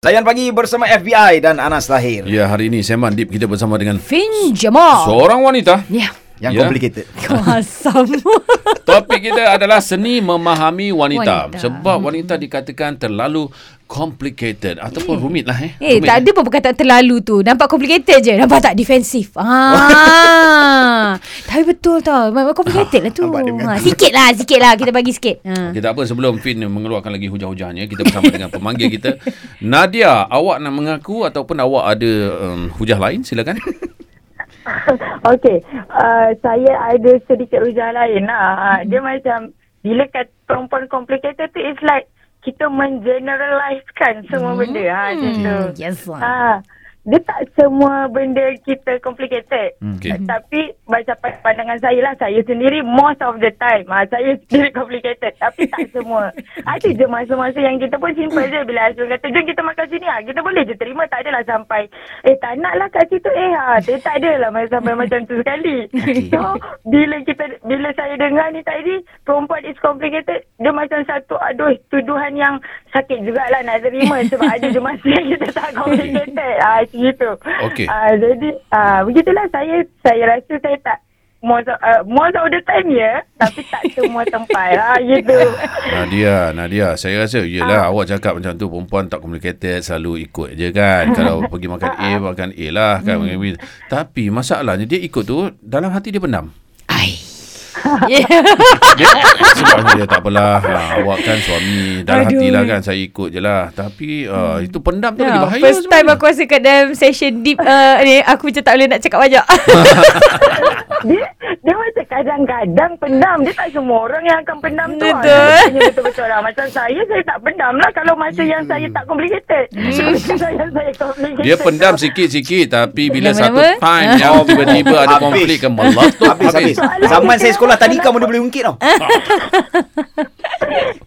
Zayan Pagi bersama FBI dan Anas Lahir. Ya, hari ini Seman Deep kita bersama dengan Fin Jamal. seorang wanita. Ya. Yang Ya. complicated. Kau asam. Topik kita adalah seni memahami wanita. Wanita. Hmm. Sebab wanita dikatakan terlalu complicated ataupun rumit lah eh. eh, Rumit, tak ada pun perkataan terlalu tu. Nampak complicated je. Nampak tak defensif. Ah. Tapi betul tau. Memang complicated lah tu. Nampak dia Ha, mengaku. sikit lah, sikit lah. Kita bagi sikit. Ha. Okay, tak apa sebelum Fin mengeluarkan lagi hujah-hujahnya kita bersama dengan pemanggil kita Nadia awak nak mengaku ataupun awak ada um, hujah lain silakan Okey, uh, saya ada sedikit rujahan lain lah. Dia macam bila kata perempuan complicated tu it's like kita mengeneralizekan semua benda. Ha, macam tu. Hmm, yes lah. Ha, dia tak semua benda kita complicated. Okey. Tapi macam pa- pandangan saya lah, saya sendiri most of the time. Ha, saya sendiri complicated. Tapi tak semua. Ada je masa-masa yang kita pun simple je. Bila Azul kata, jom kita makan sini. Ha, kita boleh je terima. Tak adalah sampai, eh tak nak lah kat situ. Eh ha, dia tak adalah masa- sampai macam tu sekali. So, bila kita, bila saya dengar ni tadi, perempuan is complicated. Dia macam satu, aduh, tuduhan yang sakit jugalah nak terima. Sebab ada je masa yang kita tak complicated. Ha, gitu. Okey. Ah, jadi ah begitulah saya saya rasa saya tak most of, uh, most of the time ya tapi tak semua tempat ah gitu. Nadia Nadia saya rasa yelah Ah. awak cakap macam tu perempuan tak complicated selalu ikut je kan kalau pergi makan Ah. A makan A lah kan hmm. tapi masalahnya dia ikut tu dalam hati dia pendam Ai. Ya. Yeah. dia, sebab dia tak apalah ha, awak kan suami dalam Aduh. hati lah kan saya ikut je lah tapi uh, itu pendam tu lagi Ya, bahaya first time sebenarnya. aku rasa kat dalam session deep uh, ni aku macam tak boleh nak cakap banyak. Dia dia macam kadang-kadang pendam dia tak semua orang yang akan pendam tu. ah. Betul. Dia Betul-betul lah macam saya saya tak pendam lah kalau masa yang Hmm. saya tak complicated. saya saya complicated. dia pendam sikit-sikit tapi bila Lama-lama? satu time yang tiba-tiba ada Habis. konflik kan meletup Habis, habis. Zaman saya sekolah tadi kamu dah boleh ungkit tau.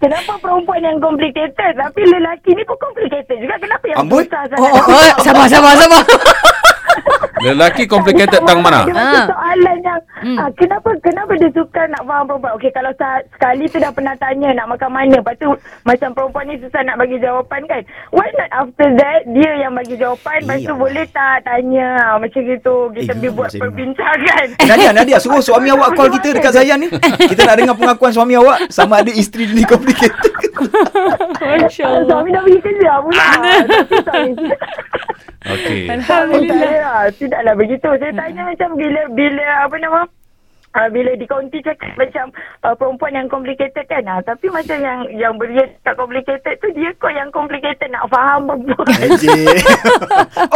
Kenapa perempuan yang complicated tapi lelaki ni pun complicated juga kenapa yang Amboi. susah sangat? oh, oh, oh, sabar, sabar, sabar. lelaki complicated tang mana Dia macam Ah. soalan yang hmm. ah, kenapa kenapa dia suka nak faham perempuan? Okey kalau sa- sekali tu dah pernah tanya nak makan mana. Lepas tu macam perempuan ni susah nak bagi jawapan kan. Why not after that dia yang bagi jawapan lepas Eh, tu Allah. boleh tak tanya Ah, macam gitu kita Eh, eh, buat masih- perbincangan. Nadia, Nadia, suruh suami awak call kita dekat Zayan ni. Kita nak dengar pengakuan suami awak sama ada isteri dia ni complicated. Masya Ah, Allah. Suami dah pergi kerja pula. Tapi suami- okey Alhamdulillah. Saya lah, tidaklah begitu. Saya tanya macam bila bila apa nama Uh, bila di kaunti cakap macam uh, perempuan yang complicated kan uh, tapi macam yang yang beria tak complicated tu dia kot yang complicated nak faham perempuan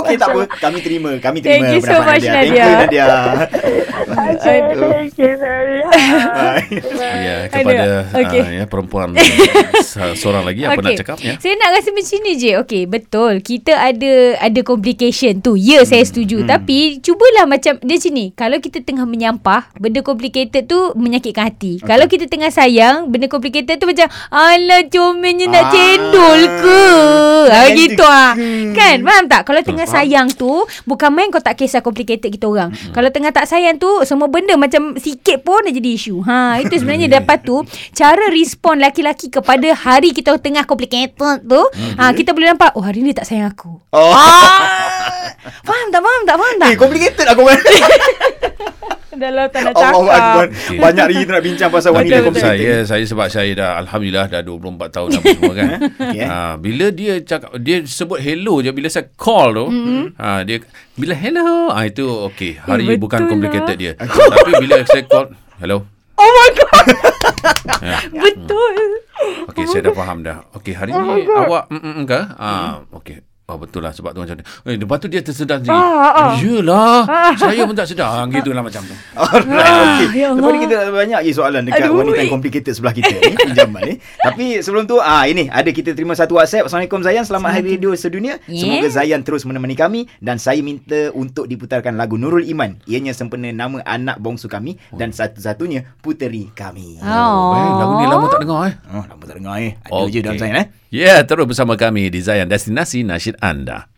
Okey, tak apa. Kami terima. Kami terima Thank you so pendapat much, Thank you, Nadia. Nadia. okay, Aduh. thank you sorry Bye. Ya, kepada Aduh, okey. uh, ya, perempuan se- seorang lagi apa nak ya. cakapnya. Saya nak rasa macam ni je. Okey, betul. Kita ada ada complication tu. Ya, Hmm. saya setuju. Tapi cubalah macam dia sini. Kalau kita tengah menyampah, benda complicated tu menyakitkan hati. Kalau kita tengah sayang, benda complicated tu macam alah comelnya nak Ah, cendol ke. Ha jangan gitu ah. cakap. Kan? Faham tak? Kalau tengah sayang tu, bukan main kau tak kisah complicated kita orang. Kalau tengah tak sayang tu, semua benda macam sikit pun dah jadi isu. Ha, itu sebenarnya dapat tu cara respon laki-laki kepada hari kita tengah complicated tu, Mm-hmm. ha kita boleh nampak oh hari ni tak sayang aku. Oh. Faham tak? Faham tak? Faham tak? Eh, complicated aku kan. Dalam tanah Allah Akbar. Banyak lagi kita nak bincang pasal wanita Tapi complicated. saya saya sebab saya dah alhamdulillah dah 24 tahun apa semua kan. Okey, eh. Ha, bila dia cakap dia sebut hello je bila saya call tu, ha, dia bila hello, ah itu okey. Hari Eh, bukan Mm-hmm. betul complicated dia. Tapi bila saya call, hello. Oh my god. Betul. Okey, saya dah faham dah. Okey, hari Oh ni awak mm, mm mm ke? Ah, okey. Oh, betul lah sebab tu macam ni. Eh, lepas tu dia tersedar sendiri. Ah, ah. Yelah, saya pun tak sedar. Ah, Gitu lah macam tu. Alright, okay. ya Lepas Allah. ni kita ada banyak lagi soalan dekat Aduh. eh. wanita yang complicated sebelah kita ni, pinjaman ni. Tapi sebelum tu, ah ini ada kita terima satu WhatsApp. Assalamualaikum Zayan, selamat Hari Radio Sedunia. Yeah. Semoga Zayan terus menemani kami dan saya minta untuk diputarkan lagu Nurul Iman. Ianya sempena nama anak bongsu kami dan satu-satunya puteri kami. Oh. Eh, lagu ni lama tak dengar eh. Oh, lama tak dengar eh. Ada je dalam Zayan eh. Ya, yeah, terus bersama kami di Zayan Destinasi Nasyid Anda.